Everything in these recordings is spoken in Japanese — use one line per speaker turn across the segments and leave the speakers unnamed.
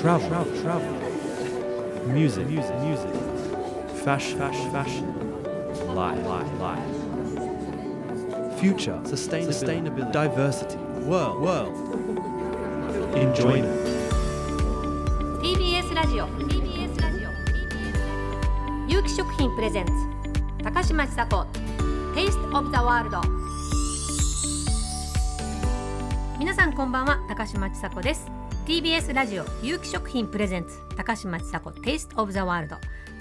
travel, travel, travel. Music, music, music. Fashion, fashion, fashion. Life, life, life. Future, sustainability, diversity, world, world. Enjoyment.
TBS ラジオ TBS ラジオ TBS 有機食品プレゼンツ高嶋ちさ子 Taste of the World 皆さんこんばんは高嶋ちさ子です TBS ラジオ有機食品プレゼンツ高嶋ちさ子 Taste of the World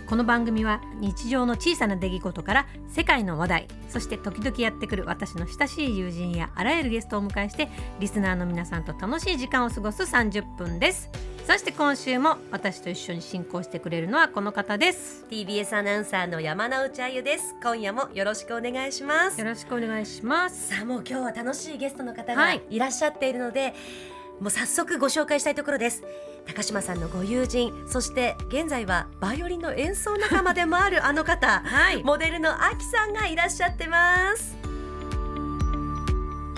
この番組は日常の小さな出来事から世界の話題そして時々やってくる私の親しい友人やあらゆるゲストをお迎えしてリスナーの皆さんと楽しい時間を過ごす30分ですそして今週も私と一緒に進行してくれるのはこの方です
TBS アナウンサーの山之内あゆです今夜もよろしくお願いします
よろしくお願いします
さあもう今日は楽しいゲストの方
は
が
い
いらっしゃっているので、もう早速ご紹介したいところです高島さんのご友人そして現在はバイオリンの演奏仲間でもあ るあの方
はい
モデルのあきさんがいらっしゃってます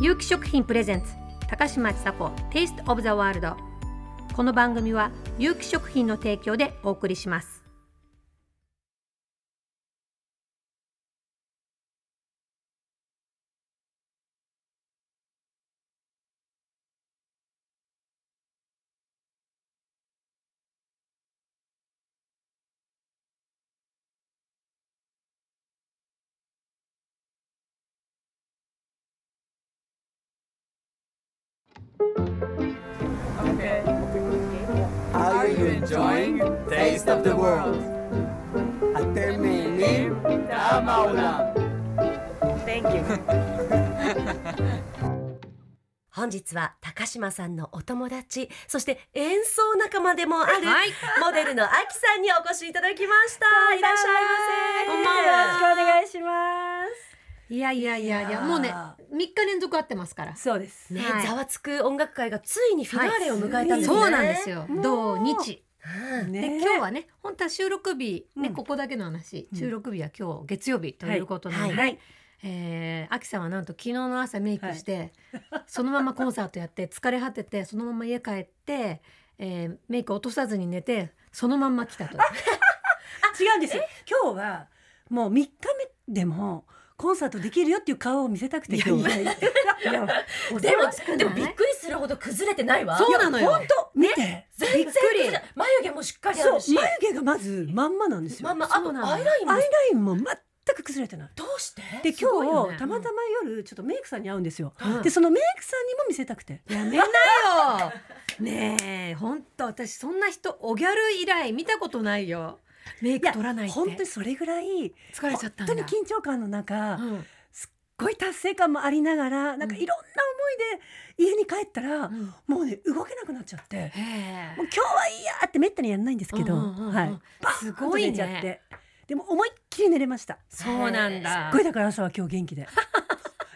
有機食品プレゼンツ高嶋ちさ子 Taste of the World この番組は有機食品の提供でお送りします
Are you enjoying Taste of the World? אתם נהנים טעם העולם.
Thank you 本日は高島さんのお友達そして演奏仲間でもある、
はい
モデルのあきさんにお越しいただきましたいらっしゃいませ
こんばんはよろしく
お願いします
いやいやいやいやもうね3日連続会ってますから
そうです。
ね、
はい
ざわつく音楽会がついにフィナーレを迎えたんですね、
そうなんですよ土日
うん。
で
ね
今日はね本当は収録日ね、
うん
ここだけの話
うん
収録日は今日月曜日ということなので、
はい
えー、秋さんはなんと昨日の朝メイクして、そのままコンサートやって疲れ果ててそのまま家帰って、えー、メイク落とさずに寝てそのまんま来たと
違うんですよ。今日はもう3日目でもコンサートできるよっていう顔を見せたくて今日は。いや
で
驚くな
も
い
でもびっくりするほど崩れてないわ
そうなのよ
本当
見て。
全然崩れない眉毛もしっかりあ
そう
るし
眉毛がまずまんまなんですよ。
まあ
アイ
まああ
そうなの
とアイラインも
ラインも全く崩れてない。
どうして
で
ごいよ
今
ね
日たまたま夜ちょっとメイクさんに会うんですよ。
うん
でそのメイクさんにも見せたくて。
やめなよねえ本当私そんな人おギャル以来見たことないよメイク取らないって
本当にそれぐらい
疲れちゃったんだ
本当に緊張感の中、すっ
うん
ごい達成感もありながらなんかいろんな思いで家に帰ったら、
うん
もうね動けなくなっちゃって。
へえ
もう今日はいいやってめったにやらないんですけど、
うんうんうんうん
はい、バーン
すごいね
と寝ちゃってでも思いっきり寝れましたす
そうなんだ
っごいだから朝は今日元気でだか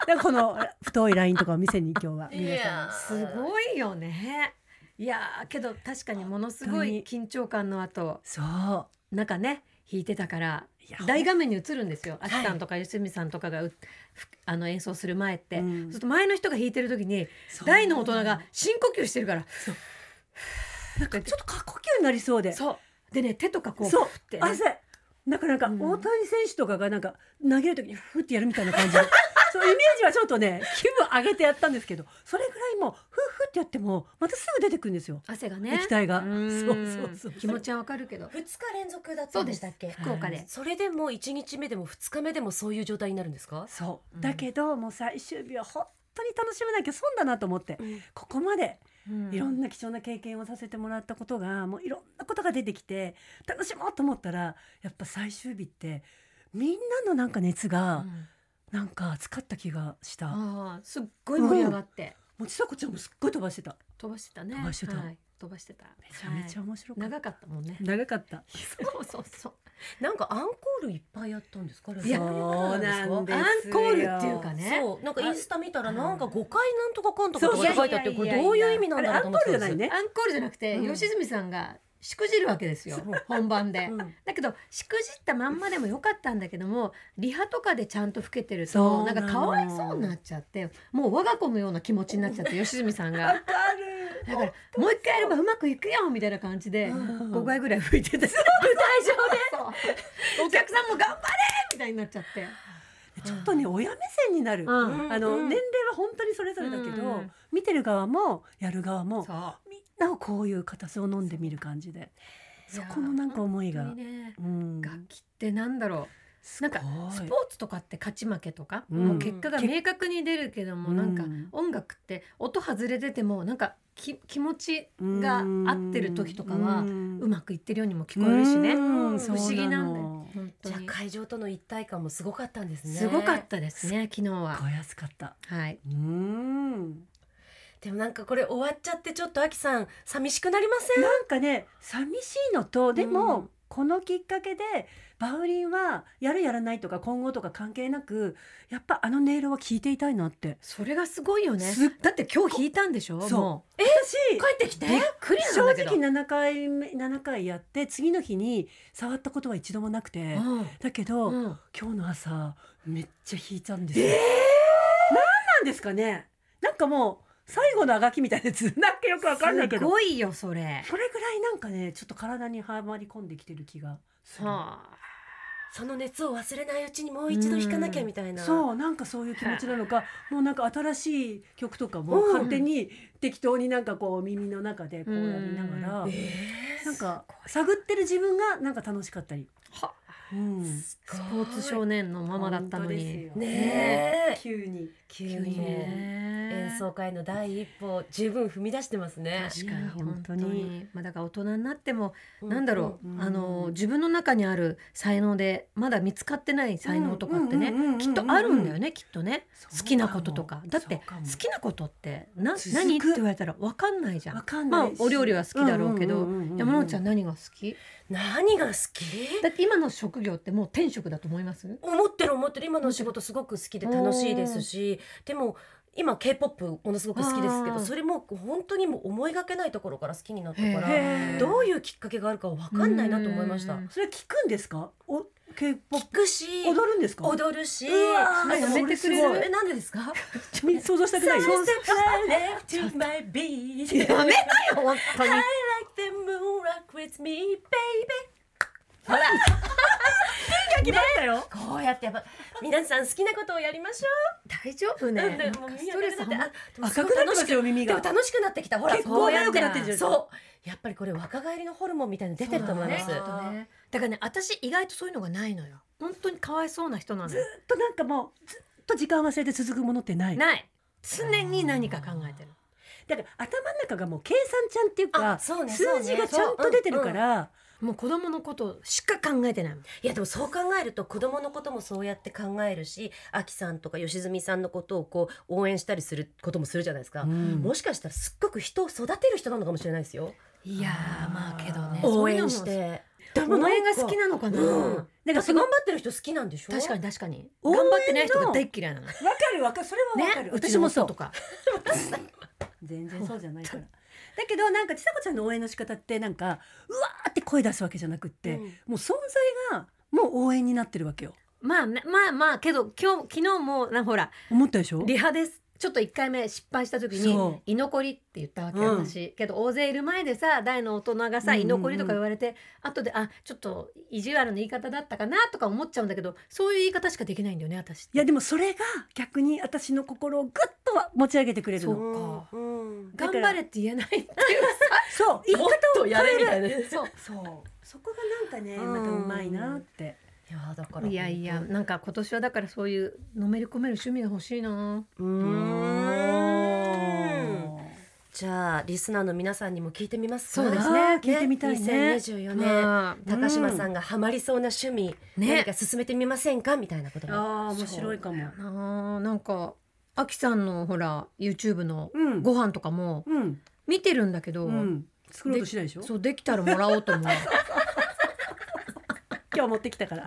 らこの太いラインとかを見せに 今日は皆
い
さん
や
に
すごいよねいやーけど確かにものすごい
本
緊張感の後
そう
なんかね弾いてたから
いや
大画面に映るんですよ。あ
い
きさんとか良純さんとかがうふあの演奏する前って、
うん
そうすると前の人が弾いてる時に
そう
大の大人が深呼吸してるから
なんかちょっと過呼吸になりそうで
そうでね手とかこう
そう
ふってね
汗なんかなんか
う
大
ん
谷選手とかがなんか投げる時にフってやるみたいな 感じでそうイメージはちょっとね気分上げてやったんですけどそれぐらいもうフーフーってやってもまたすぐ出てくるんですよ
汗がね
液体が
う
そ
ー
うんそうそう
気持ちはわかるけど
二日連続だっ
そ
た
うん
で
です
したっけ
福岡で、
それでもう一日目でも二日目でもそういう状態になるんですか
そう、
うん
だけどもう最終日は本当に楽しめなきゃ損だなと思って、
うん
ここまで
うん
いろんな貴重な経験をさせてもらったことが、もういろんなことが出てきて楽しもうと思ったらやっぱ最終日ってみんなのなんか熱
う
が
ん
なんか熱かった気がした、も
あーすっごい盛り上がって、
うちさこちゃんもすっごい飛ばしてた
飛ばしてたね
飛ばしてた
はい、飛ばしてた
めちゃめちゃ
は
面白
い
かった、
長かったもんね
長かった
そうそうそう
なんかアンコールいっぱいやったんですか
いや
そうなんです
アンコールっていうか
か
ね
そうなんかインスタ見たらなんか5回なんとかかんとかって
そうそう
書いてあってこ
いやいやい
れ
や
どういう意味なんだろうと思ってたん
あれアンコールじゃない
です
ね
アンコールじゃなくて、
うん
吉住さんがしくじるわけですよ本番で、
うん
だけどしくじったまんまでもよかったんだけどもリハとかでちゃんと老けてる
そ
と
う
な
なんの
かかわいそうになっちゃってもう我が子のような気持ちになっちゃって吉住さんが
ある
だからもう一回やればうまくいくよみたいな感じで
うん
5回ぐらい吹いてて舞台上でお客さんも頑張れみたいになっちゃって
ちょっとね親目線になる、
うん
あの、
うん
年齢は本当にそれぞれだけど、
うん
見てる側もやる側も
そう
みんなをこういう形を飲んでみる感じでそこのなんか思いが
本当にね
うん
楽器ってなんだろうなんかス
す
ポ
ごい
ーツとかって勝ち負けとか、
うん
もう結果が明確に出るけども、
うん
なんか音楽って音外れててもなんかき気持ちが合ってる時とかは
うん
うまくいってるようにも聞こえるしね、
うん
不思議なんだ
そうなの
よ本当
じゃあ
に
会場との一体感もすごかったんですね。
すごかったですね昨日は
こ。やすかった
はい、
うん
でもなんかこれ終わっちゃってちょっとアキさん寂しくなりません？
なんかね寂しいのとでも、
うん
このきっかけでバウリンはやるやらないとか今後とか関係なくやっぱあの音色は聴いていたいなって
それがすごいよね
すっ。
だって今日弾いたんでしょ。
そう
も
え
う
私
帰ってきて。びっくりなん
正
だけど。
直7回目7回やって次の日に触ったことは一度もなくて、だけど、
うん。うん
今日の朝めっちゃ弾いたんですよ、何なんですかねなんかもう最後のあがきみたいなやつ なんかよくわかんないけ
す
ど
ごいよそれ。
それぐらいなんかねちょっと体にはまり込んできてる気がする。
はあ。
その熱を忘れないうちにもう一度弾かなきゃみたいな。
そうなんかそういう気持ちなのかもうなんか新しい曲とかも
うん
勝手に適当になんかこう耳の中でこうやりながら、
え
なんか探ってる自分がなんか楽しかったり、
は
うん、
ス
スポーツ少年のままだったのに。
本当ですよ
ねえ
急に
急
急
に
に
もう
ね。
演奏会の第一歩を十分踏み出してますね。
確かに
ね
本当
本当
に
に。
まあだから大人になってもなんだろ
うんう
うんあの自分の中にある才能でまだ見つかってない才能とかって
うんうんうんうんう
ね
ん
きっとあるんだよねきっとね
そうかも
好きなこととかだって
そう
好
かも
きなことってな
続く
何って言われたらわかんないじゃ
わ
ん。
かんな
まあ
いし
お料理は好きだろうけど
んんんんん
山之内ちゃん何が好き
何が好き？
だって今の職業ってもう天職だと思います
思ってる思ってる今の仕事すごく好きで楽しいですしでも今 k p o p ものすごく好きですけ
あー
どそれも本当にもう思いがけないところから好きになったか
へ
ら
え
どういうきっかけがあるか分かんないなと思いました
うん
それ聞くんですかお K-POP
聞くし
踊るんですか
踊るし
うわー
あと
やめてくれる
そうえなんでですか
み想像したくない
そうそうそう I left you my beat
やめなよ本当に
I like the moon rock with me baby
ほ ら
きましたよ
こうやってやっぱ皆さん好きなことをやりましょ
大丈夫
う
ね
なんか
なんか
ス
ス
ト
ト
レ
レ
ス
ス
溜
は
ま
ま
ってあでもす
赤
ご
く
い
なってま
楽し
す
く
よ耳
で
が
も楽しくなってきたほら
血行
こうや
が良くなってんじゃん
そうやっぱりこれ若返りのホルモンみたいなの出てると思いま
そ
す
うだねきっとねだからね私意外とそういうのがないのよ本当にかわいそうな人なのよ
ずっとなんかもうずっと時間忘れて続くものってない
ない常に何か考えてる
だから頭の中がもう計算ちゃんっていうか
あそうね
数字がちゃんと出てるから、
もう子供のことしか考えてない
いやでもそう考えると子供のこともそうやって考えるしアキさんとか良純さんのことをこう応援したりすることもするじゃないですか、
うん
もしかしたらすっごく人を育てる人なのかもしれないですよ
いやーまあけどね
応援し
そういう
て
のも応援が好き
な
なのかな、
うん
なん
だ
か
って
そ
頑
の
張
わ
ってる人好きなんでしょ
確かに確かに
応
頑
援の
張ってない人が大っ嫌いなのね
かるわかるそれはわかる、
うち
私
の
も
夫
そう
とか
全然そうじゃないからだけどなんかちさ子ちゃんの応援の仕方ってなんかうわーって声出すわけじゃなくって、
うん
もう存在がもう応援になってるわけよ
まあねまあまあけど今日昨日もなほら
思ったでしょ
リハですちょっと1回目失敗した時に
そ
「居残り」って言ったわけ
うん
私、けど大勢いる前でさ大の大人がさ「
うんうん
居
うん
残り」とか言われて、後で「あちょっと意地悪の言い方だったかな」とか思っちゃうんだけどそういう言い方しかできないんだよね私って
いやでもそれが逆に私の心をぐっとは持ち上げてくれるの
そう
そう
か
うん
頑張れって言えないっていう
言い方
もっと
を
やれみたいな
変えるそうそうそこがなんかね
うん
またうまいなって
いやだから
さいやいやなんか今年はだからそういうのめり込める趣味が欲しいな
う
う
ーんじゃあリスナーの皆さんにも聞いてみますか
そうです
ね聞いてみたいね
2024年
ね
高島さんがハマりそうな趣味、
ね
何か進めてみませんかみたいなことも
あー面白いかも
なあなんかあきさんのほら YouTube の
うん
ご飯とかも
うん
見てるんだけど、
うん作ろうとしないでしょ
そうできたらもらおうと思う
今日持ってきたから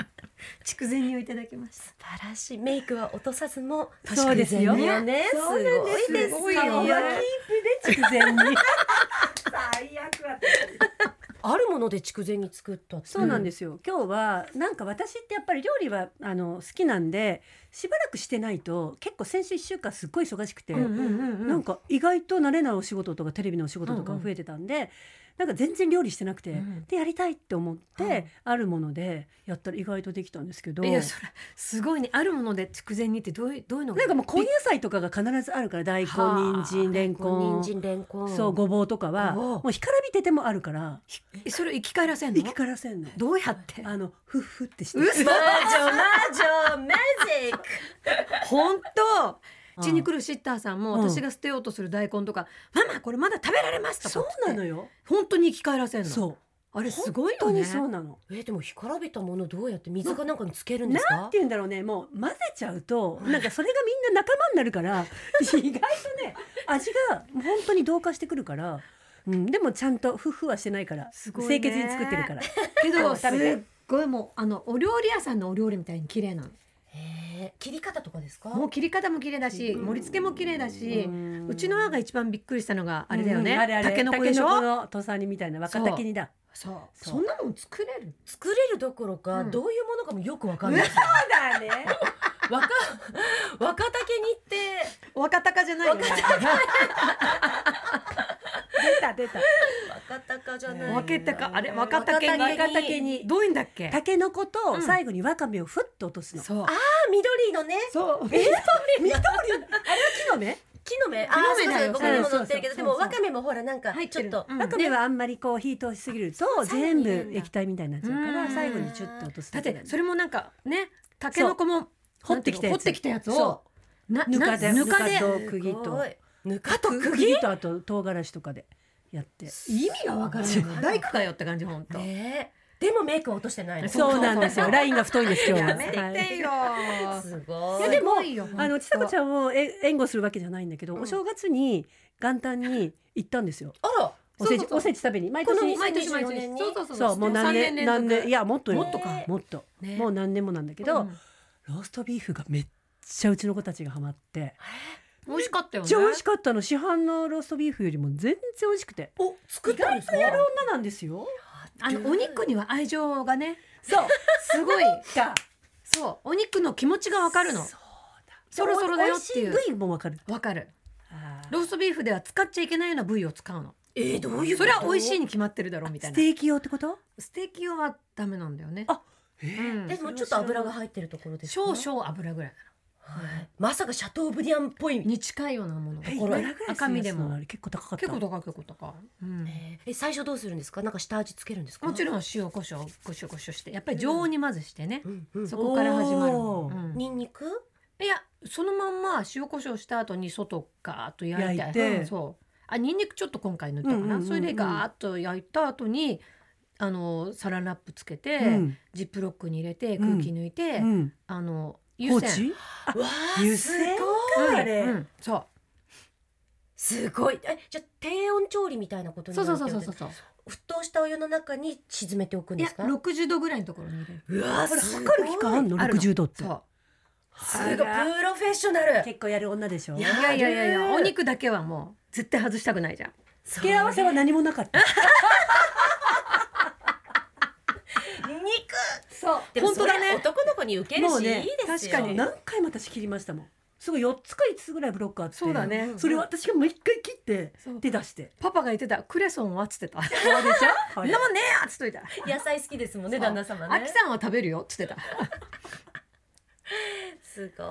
筑前煮をいただきました
素晴らしいメイクは落とさずも
そうですよ
確かにねす
そ
ご
うなん
いです
すごい
よ
よ
顔はキープで筑前に最悪だ
あるもので筑前煮作ったって
そうなんですよ、今日はなんか私ってやっぱり料理はあの好きなんでしばらくしてないと結構先週1週間すっごい忙しくて、
うんうんうんうん
なんか意外と慣れないお仕事とかテレビのお仕事とか
うんうん
増えてたんで、なんか全然料理してなくて、
うん
でやりたいって思って、
はい
あるものでやったら意外とできたんですけど
い
な
やそれすごいねあるもので筑前煮ってどういうどういうの
んかもう根野菜とかが必ずあるから大根
はあ
人参レンコン
人参レンコン
そうごぼうとかは
ごぼう
もう干からびててもあるから
えそれを生き返らせんの
生きからせんの
どうやって
あのふっふってして
嘘魔女魔女マジック
本当
うん
うちに来るシッターさんも
うん
私が捨てようとする大根とか「ママこれまだ食べられます」とか
そ
っ
う
つって
なのよ
本当に生き返らせんの
そう
あれすごいよ
本当
ね
にそうなの。
えでも干からびたものどうやって水かなんかにつけるんで
な
す
ん
か
て言うんだろうねもう混ぜちゃ うとなんかそれがみんな仲間になるから意外とね味が本当に同化してくるから、うん、でもちゃんとふっふはしてないから
すごいね
清潔に作ってるから
けどすっ
食べて
ごいもうあのお料理屋さんのお料理みたいに綺麗なの
えー切り方とかですか
もう切り方も綺麗だし
うん
盛り付けも綺麗だし
ん
うちの母が一番びっくりしたのがあれだよね
うんあれあれ
タケノコでし
タケ
ょ
ノコの土佐煮みたいな若竹煮だ
そう
そう
そんなもん作れる
作れるどころか、
うん
どういうものかもよくわかんない
そうだ ね
若若竹煮って
若鷹じゃないよね
出た出た
若鷹じゃない
若鷹あれ若竹に
若竹に
どういうんだっけ
タケノコ
う
と
ん
最後にわかめをふっと落とすの、
そう
あ緑のね
そう
緑あれは木のね
木の芽あ
の
そ
芽だよ
うそうごめんも
そう
乗ってるけど
そ
で
うそう
もわかめもほらなんか
入っ
ち
て
ょっ
る
と
うん
わかめはあんまりこう火通しすぎると全
最後に入れる
部
んだ
液体みたいになっちゃうか
う
ら
ん
最後にちょっと落とす
だっ
な
て
の
それもなんかねタケノコも
掘ってきたやつ
掘ってきたやつ
そ
をな
ぬかで
なぬかです
ごい釘と
すごいぬかと
く
釘
釘とあと唐辛子とかで やって
意味がわからない 大工かよって感じ本当
ねえでもメイクは落としてないの
そうなんで すよラインが太いんです今日は、はい
てよ
すごい
いやでも
も
あのちさ子ち
ん
ゃんをえ援護するわけじゃないんだけど、
うん
お正月に元旦に行ったんですよ
あら
おせち
そうそうそう
おせち食べに毎
この
年
店
毎年毎
2024
年
年に
そうそうそう
そうもう何年何年いやもっとよ
もっとか
もっと、
ね
もう何年もなんだけど、
うん
ローストビーフがめっちゃうちの子たちがハマって
美味しかったよね
めっちゃ美味しかったの市販のローストビーフよりも全然美味しくて
お作ったんですか
やる女なんですよ
あのお肉には愛情がね
そう
す ごい
か
そうお肉の気持ちがわかるの
そうだ
そろそろだよっていう
美味しい部位もわかる
わかる
あー
ローストビーフでは使っちゃいけないような部位を使うの
えー、どういう
それは美味しい
い
に決まってるだろうみたい
ス
な
テーキ用ってこと
ステーキ用はダメなんだよね
あえ
うん
でもちょっと油が入ってるところですか
少々油ぐらい
はいまさかシャトーブリアンっぽい
に近いようなもの
えい
こ
く
れ
らぐらいする
赤身でも
そのあれ結構高かった
結構高い結構高い、うん
えーえ最初どうするんですかなんか下味つけるんですか
もち
ん、
ろん塩コショウコショウコショウしてやっぱり常温にまずしてね
う、んうん、
そこから始まる、
おー
うんい
ニンニク
やそのまんま塩コショウした後に外ガーッと焼いて
焼いて
うんそうあニンニクちょっと今回塗ったかな、
うんうんうんうん
それでガーッと焼いた後にあのサランラップつけて、
うん
ジップロックに入れて空気抜いて、
うん
あの
高
湯煎
知
わー
湯
す
煎
ごい
うん
あれ
うんそう
すごいえじゃあ低温調理みたいなことに
そ
な
う
って
そう
る
そうそうそうそう
沸騰したお湯の中に沈めておくん
い
で
や
すか
60度ぐらいのところに入れる
うわー
これ
すごい
測る期間あんの
あるの
60度って
そう
すごいプ
あら
ロフェッショナル
結構やる女でしょ
や
いやいやいやいや
ある
お肉だけはもう絶対外したくないじゃん
付
付け合わせは何もなかった
肉
そう
でも
本当だ
それ
ね
男の子に受ける
もう
し、
ね
いいですよ
確かに
何回も私切りましたもんすごい4つか5つぐらいブロックあって
そうだね
それを私がもう一回切って
そう
手出して
パパが言ってたクレソンはっつって たそ
そうでしょ
んなもんねえやっつっといた
野菜好きですもんね旦那様
あ
ね
きさんは食べるよっつってた
すご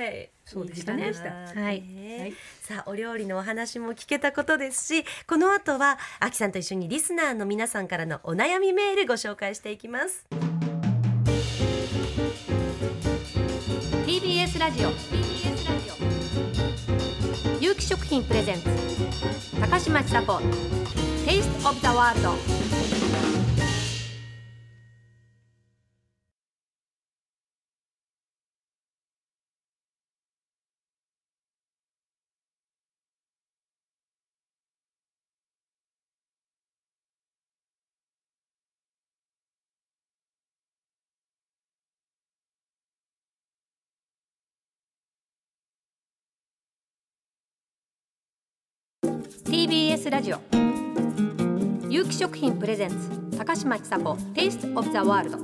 い
そうでしたね
いい時間した
はい
ねさあお料理のお話も聞けたことですしこの後はあきさんと一緒にリスナーの皆さんからのお悩みメールご紹介していきます
TBS ラジオ TBS ラジオ有機食品プレゼンツ高嶋ちさ子 Taste of the World 有機食品プレゼンツ高嶋ちさ子テイストオブザワールド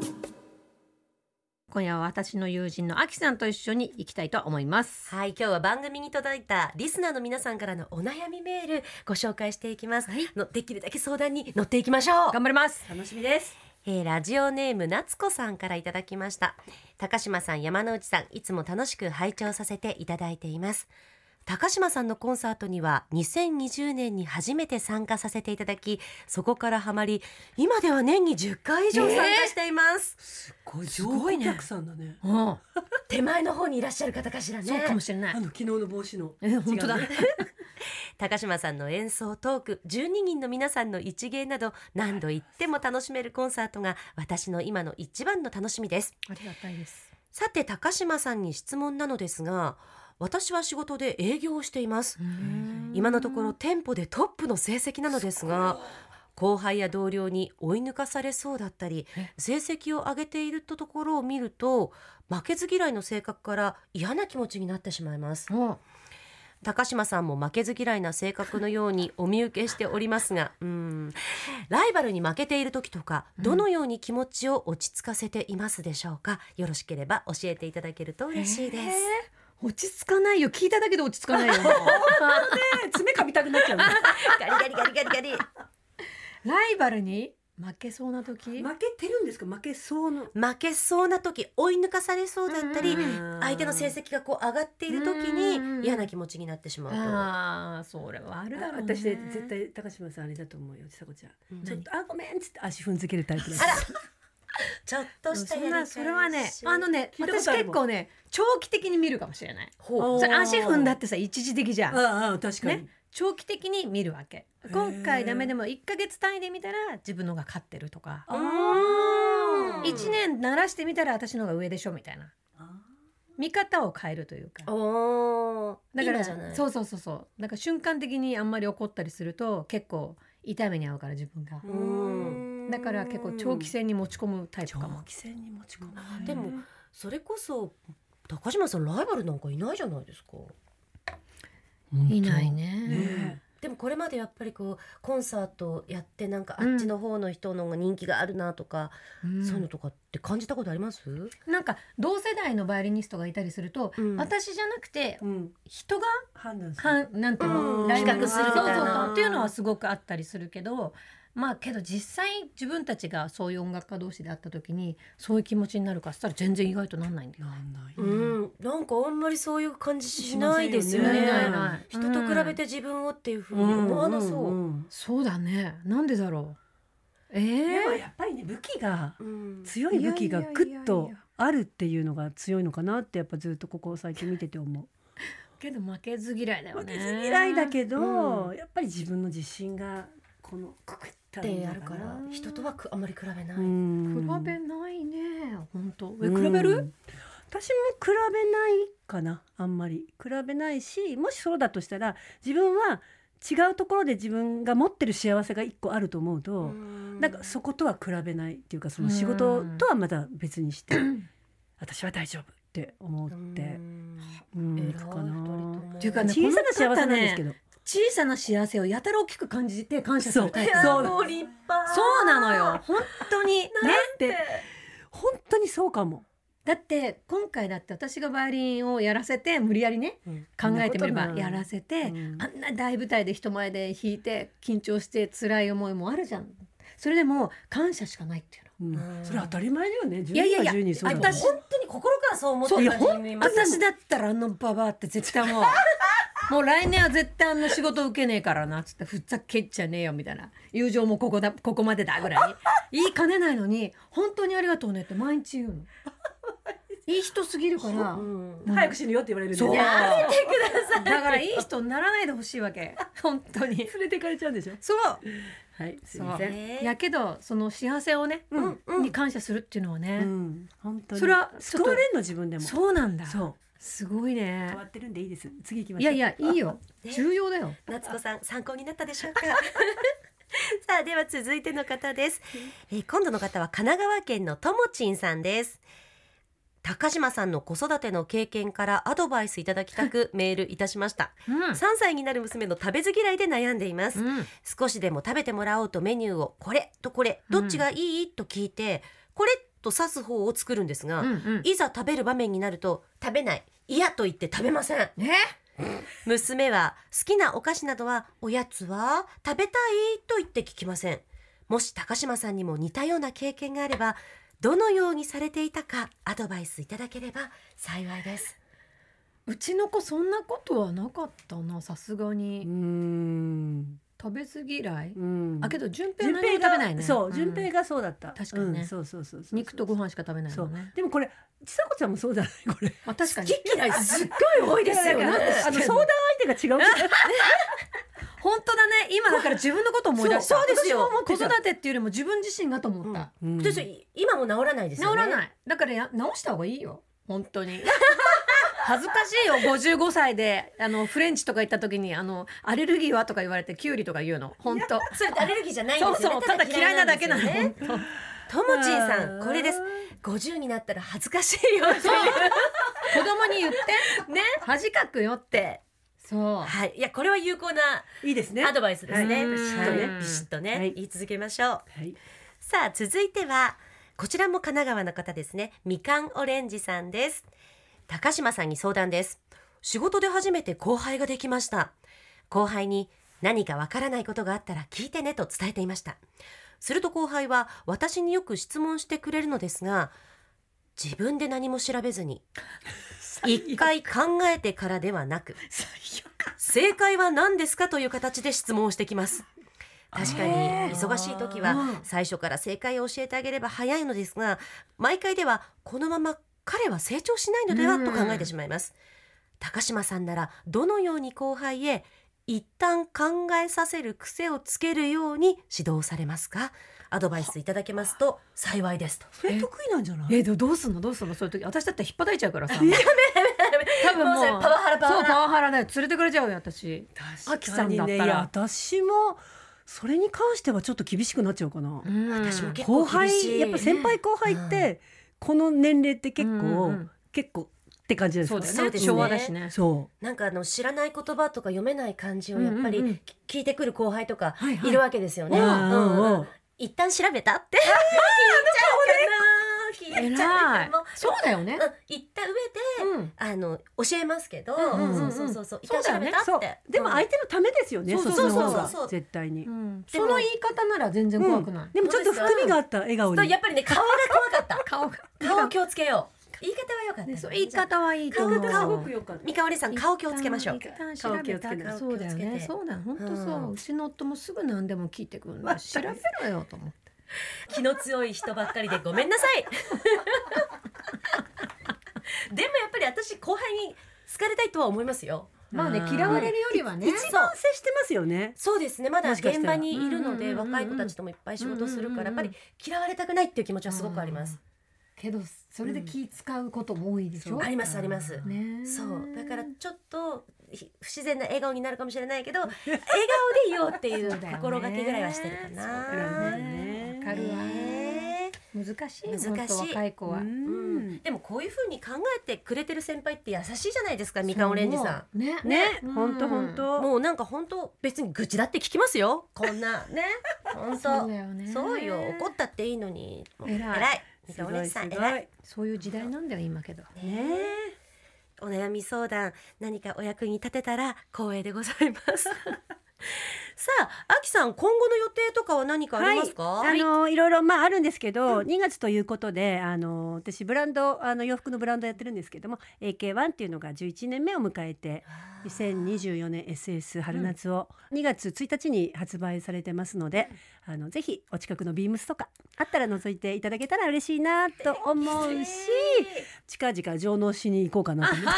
今夜は私の友人のあきさんと一緒に行きたいと思います
はい、今日は番組に届いたリスナーの皆さんからのお悩みメールご紹介していきます。
はい
のできるだけ相談に乗っていきましょう。
頑張ります
楽しみです
えーラジオネーム夏子さんからいただきました高島さん山之内さんいつも楽しく拝聴させていただいています高島さんのコンサートには2020年に初めて参加させていただきそこからハマり今では年に10回以上参加しています、
これ
す
す
ご
ご
い
い
ね
お客さんだね
うん、
手前の方にいらっしゃる方かしらね
そうかもしれない
あの昨日の帽子の
え本当だ
違うね
高島さんの演奏トーク12人の皆さんの一芸など何度行っても楽しめるコンサートが私の今の一番の楽しみです
ありがたいです
さて高島さんに質問なのですが私は仕事で営業をしています今のところ店舗でトップの成績なのですが後輩や同僚に追い抜かされそうだったり
え
成績を上げているとところを見ると負けず嫌いの性格から嫌な気持ちになってしまいます
お
高島さんも負けず嫌いな性格のようにお見受けしておりま すがうーんライバルに負けている時とかどのように気持ちを落ち着かせていますでしょうか、よろしければ教えていただけると嬉しいです、
落ち着かないよ聞いただけで落ち着かないよ
爪かみたくなっちゃうね
ガリガリガリガリガ
ライバルに負けそうな時
負けてるんですか負けそうの
リ負けそうな時追い抜かされそうだったり、
うんうん
相手の成績がこう上がっている時
うんうんうん
に嫌な気持ちになってしまうと、
ああそれはあるだろうね
私ね絶対高島さんあれだと思うよちさ子ちゃん、
うん
ちょっとあごめんっつって足踏んづけるタイプです
あらちょっとし
そ
たや
ん
り
な
返し
それはねあのね
聞いたこ
私
とある
結
もん
構ね長期的に見るかもしれない
ほう
それ足踏んだってさ一時的じゃん
ああ確かに、
ね長期的に見るわけ
ー
今回ダメでも1ヶ月単位で見たら自分のが勝ってるとか
あ
う
あ
ん
1年鳴らしてみたら私のが上でしょみたいな見方を変えるというか
おー
だから
今じゃない
そうそうそうそうだから瞬間的にあんまり怒ったりすると結構痛みに遭うから自分が
うーん
だから結構長期戦に持ち込むタイプ
長
かも
期戦に持ち込む
でもそれこそ高島さんライバルなんかいないじゃないですか
いない
ね
ね
でもこれまでやっぱりこうコンサートやってなんかあっちの方の人の方が人気があるなとか、
うん
そういうのとかって感じたことあります、
なんか同世代のバイオリニストがいたりすると、
うん
私じゃなくて
うん
人が
判断する
かんなんていうの、
うん
ライバル
比較するみ
そう
たい
そう
な
そうっていうのはすごくあったりするけどまあけど実際自分たちがそういう音楽家同士で会った時にそういう気持ちになるかしたら全然意外となんないんだよ。
なんない、
うん、なんかあんまりそういう感じしないですよ
しま
ね
せんよね
人と比べ
うん
て自分をっていうふうに思わなそう、
そうだねなんでだろうえ
でも
ー、
やっぱりね武器が
うん
強い武器がぐっ
いやいやいやい
と
や
あるっていうのが強いのかなってやっぱずっとここ最近見てて思う
けど負けず嫌いだよ
負
ね
けず嫌いだけど、
う
やっぱり自分の自信がこのくくった
ってやるから人とはくあんまり比べない、
比
比べないね本当え比べ
う
る
ん私も比べないかなあんまり比べないしもしそうだとしたら自分は違うところで自分が持ってる幸せが一個あると思うと、なんかそことは比べないっていうかその仕事とはまた別にして、私は大丈夫って思っ
う
て、
ん
うん
偉い
か
二人と
な
も
っていうかね
小さな幸せなんですけど、
小さな幸せをやたら大きく感じて感謝す
そ
る
う
タイプ
そう
もう立派
そうなのよ本当にね
で本当にそうかも
だって今回だって私がバイオリンをやらせて無理やりね
うん
考えてみれ
そんなこと
ば
ない
やらせて、
うん
あんな大舞台で人前で弾いて緊張して辛い思いもあるじゃんそれでも感謝しかないっていうの
うんそれ当たり前だよね
いやいやいや
12人そうだもん
私本当に心からそう思って
そういや
た
本
人い
当
ます
私だったらあのババアって絶対もうもう来年は絶対あんな仕事受けねえからなっつってふざけっちゃねえよみたいな友情もここだここまでだぐらい言いかねないのに本当にありがとうねって毎日言うのいい人すぎるから
うん
早く死ぬよって言われるんで
そう
ね
やめてくださいだからいい人にならないでほしいわけ本当に
連れてかれちゃうんでしょ
そう
はいすい
そう
ません
ね
やけどその幸せをね、
んうん
に感謝するっていうのはね、
うん本当に
それはちょっ
救
と
われんの自分でも
そうなんだ
そう
すごいね
変わってるんでいいです次行きま
い
しょ
や
う
い
い
やいいよ
ね
重要だよ
夏子さん参考になったでしょ うかさあでは続いての方です、えー今度の方は神奈川県のともちんさんです高島さんの子育ての経験からアドバイスいただき たくメールいたしました
うん
3歳になる娘の食べず嫌いで悩んでいます
うん
少しでも食べてもらおうとメニューをこれとこれどっちがいいと聞いてこれと指す方を作るんですが、
うんうん
いざ食べる場面になると食べない嫌と言って食べません
ね
娘は好きなお菓子などはおやつは食べたいと言って聞きませんもし高島さんにも似たような経験があればどのようにされていたかアドバイスいただければ幸いです
うちの子そんなことはなかったなさすが
う
に
ん
食べず嫌い
うん
あけど順平
順
何も食べ
平
ないね
がそう
うん
順平がそうだった
確かにね
うんそうそうそうそう
肉とご飯しか食べないのね
でもこれちさ子ちゃんもそうじゃないこれ
まあ確かに
好き嫌いすっごい多い
い
ですよ
やなんかあ
なん
の
で知ってん
相
の
談相手が違う
本当だね今だから自分のこと思い出した
そうそうですよ
私も思ってた子育てっていうよりも自分自身がと思った、
うん
私今も治らないです
治
よね
らないだからや直した方がいいよ本当 に恥ずかしいよ55歳であのフレンチとか行った時にあのアレルギーはとか言われてキュウリとか言うの本当
それってアレルギーじゃないん
そう
ですよね
そうただ嫌いなだけなの
た嫌いん
本
です
当こ
よねともちんさんこれです50になったら恥ずかしいよっていう
子供に言ってね恥かくよってそう
はいいやこれは有効ない
いですね
アドバイスですね
はい
ビシッと
う
ね
ん
ビシッとね、
はい
言い続けましょう
はい
さあ続いてはこちらも神奈川の方ですねみかんオレンジさんです高島さんに相談です仕事で初めて後輩ができました後輩に何かわからないことがあったら聞いてねと伝えていましたすると後輩は私によく質問してくれるのですが自分で何も調べず に一回考えてからではなく正解は何ですかという形で質問をしてきます確かに忙しい時は最初から正解を教えてあげれば早いのですが毎回ではこのまま彼は成長しないのではと考えてしまいます高島さんならどのように後輩へ一旦考えさせる癖をつけるように指導されますかアドバイスいただけますと幸いですと
それ得意なんじゃない
えでもどうすんのどうすんのそういう時私だって引っ叩いちゃうからさ多分
もうそれ
もう
パワハラパワハラ
そうパワハラだよ連れてくれちゃうよ私
確かに
秋さんだ
ね
っ
い
たら
や私もそれに関してはちょっと厳しくなっちゃうかな、
私
私も結
後
構厳し
輩
い
やっぱ先輩後輩って、この年齢って結構、
うんうん
結構って感じじゃな
そ
いうで
だ
す
よね
か
そうですね
昭和だしね
そう
なんかあの知らない言葉とか読めない漢字をやっぱ
うんうんう
り
ん
き聞いてくる後輩とか
はいはい
いるわけですよね。
う
うん
うん
ん
う
うんん一旦調べたって。聞いちゃうかな。聞いちゃう
偉
け
い
ども。
そうだよね
うん言った上で
うん
あの教えますけど、
うんうんうん
そうそうそうそう一
そう
旦
だよね
調べた
そう
って。
でも相手のためですよね、
うん
そっちの方
そうそう
が
そうそう
絶対に、
その言い方なら全然怖くない、
でもちょっと含みがあった笑顔
うん
に
やっぱりね顔が怖かっ
顔が
た。顔を気をつけよう。言い方は良かったね。
ねそう言い方はいいと
顔
思
が
う
すごく
よかった
三河さん顔気をつけましょう
一。旦調べた
顔気をつけて
そうだよ
顔気をつけ
ね
て
そうだよ本当そう、
う
うんちの夫もすぐ何でも聞いてくるんだよ調べろよと思って
気の強い人ばっかりでごめんなさい でもやっぱり私後輩に好かれたいとは思いますよ
まあね
うん
嫌われるよりはね
一番接してますよね
そうですねまだ
もしかした
現
ら
場にい
うん
るので
うんうんうん
若い子たちともいっぱい仕事するからや
う
っ
んうんう
ぱ
ん
り嫌われたくないっていう気持ちはすごくあります
けどそれで気使うことも多いでしょ、
ありますあります
ね
そうだからちょっとひ不自然な笑顔になるかもしれないけど笑顔でいようっていう
そうだよね
心がけぐらいはしてるか
そうだよ
な
ねわ
ね
かるわ、
ね
難しい
難しい
本当若い子は、
う
うん
んでもこういうふうに考えてくれてる先輩って優しいじゃないですかみかんオレンジさん
んね
ね本当本当
もうなんか本当別に愚痴だって聞きますよこんな ね本
そ
当
うだよね
そうよ怒ったっていいのにもう
偉い
偉いみ
す
かんお
ご
姉
いす
さ
ご
ん
い
偉い
そういう時代なんだよ今けど
ねえお悩み相談何かお役に立てたら光栄でござい ますさああきさん今後の予定とかは何かありますか、
はい、あのいろいろまああるんですけど、2月ということであの私ブランドあの洋服のブランドやってるんですけども AK1 っていうのが11年目を迎えて2024年 SS 春夏を2月1日に発売されてますので、あのぜひお近くのビームスとかあったら覗いていただけたら嬉しいなと思うし近々上納しに行こうかなと思って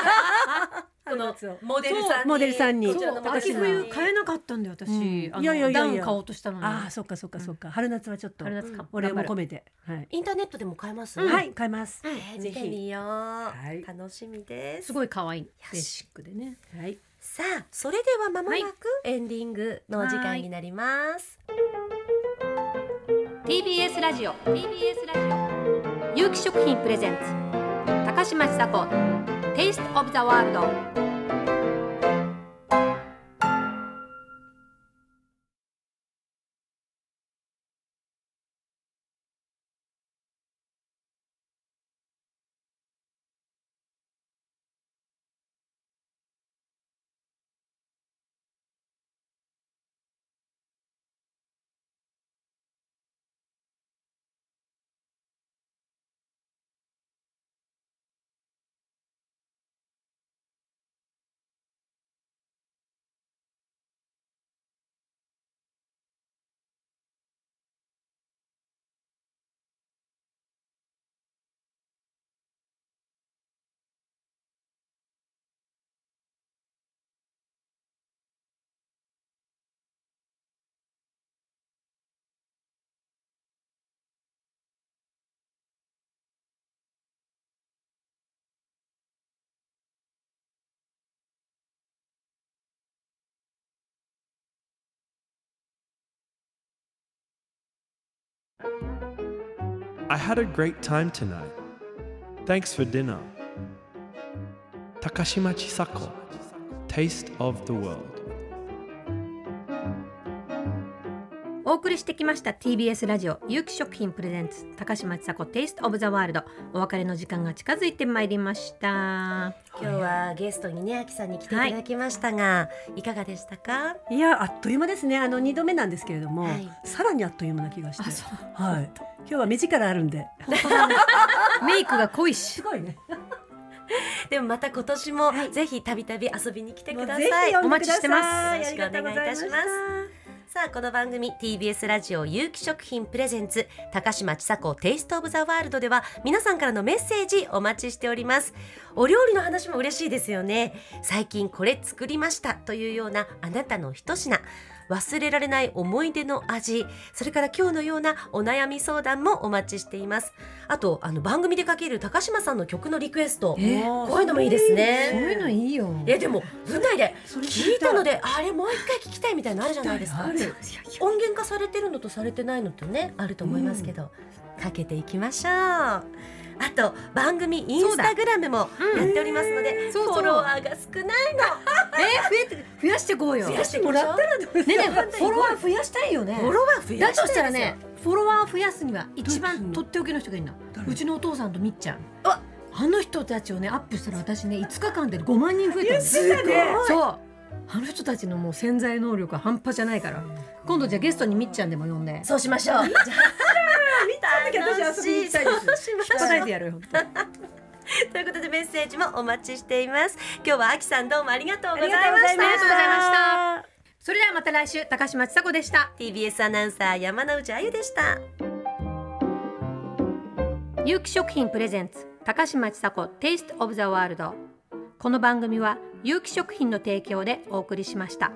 この
そう
モデルさんに
モデルさんに
こちらのモデルさん
秋
に
冬買えなかったんだよ
うん
私、あの
いやいやいやいや
ダウン買おうとしたのに
ああそっかそっかそっか、春夏はちょっと
春夏か
お礼も
頑張
込
る
めて、はい、
インターネットでも買えます、
はい買います、
えー
ぜ
見
ひ
てみよう、
い
楽しみです
すごい可愛い
し
ベーシックでね
はい
さあそれではまもなくエンディングのお時間になります、
TBS ラジオ TBS ラジオ有機食品プレゼンツ高
高嶋ちさ子 Taste of the World
I had a great time tonight. Thanks for dinner. Takashima Chisako, Taste of the World.
お送りしてきました TBS ラジオ有機食品プレゼンツ高嶋ちさ子 Taste of the World お別れの時間が近づいてまいりました
今日はゲストにねあきさんに来ていただきましたが、い、かがでしたか
いやあっという間ですねあの2度目なんですけれども、
はい
さらにあっという間な気がして
あそう
はい、今日は目力あるんで
メイクが濃いし
すごいね
でもまた今年もぜひたびたび遊びに来てください、
もうぜひ呼んでください
お待ちしてます
よろしくお願いいたしますさあこの番組 TBS ラジオ有機食品プレゼンツ高嶋ちさ子テイストオブザワールドでは皆さんからのメッセージお待ちしておりますお料理の話も嬉しいですよね最近これ作りましたというようなあなたの一品忘れられない思い出の味それから今日のようなお悩み相談もお待ちしていますあとあの番組でかける高嶋さんの曲のリクエスト
えー
こういうのもいいです
そう
ね。
いうのいいよ。
えでも舞台で
それ
聞いたのであれもう一回聞きたいみたいなのあるじゃないですか
あ。る
音源化されてるのとされてないのとねあると思いますけど、かけていきましょう。あと番組インスタグラムも
そうだ
やっておりますので、
そうそう
フォロワーが少ないの
え増えて増やしていこうよ。
増やしていき
も
ましょ
らっ
う
たらどうです
ね
か
えねえフォロワー増やしたいよね。
フォロワー増や
だ
したい
と
で
し
す
た
よ
らね、フォロワー増やすには一
どうすん
番
の
とっておきの人がいるの。
誰
うちのお父さんとみっちゃん。
あ
あの人たちをねアップしたら私ね5日間で5万人増えたの。
言ってたね
そう。あの人たちのもう潜在能力は半端じゃないから。今度じゃあゲストにみっちゃんでも呼んで。
そうしましょう。
見た時私遊びに行きたいです
そうしましょう
叩いてやるよ。
ということでメッセージもお待ちしています。今日はあきさんどうもありがとうございました。
ありがとうございました
それではまた来週高嶋ちさ子でした
TBS アナウンサー山内あゆでした。
有機食品プレゼンツ高嶋ちさ子 Taste of the World この番組は有機食品の提供でお送りしました。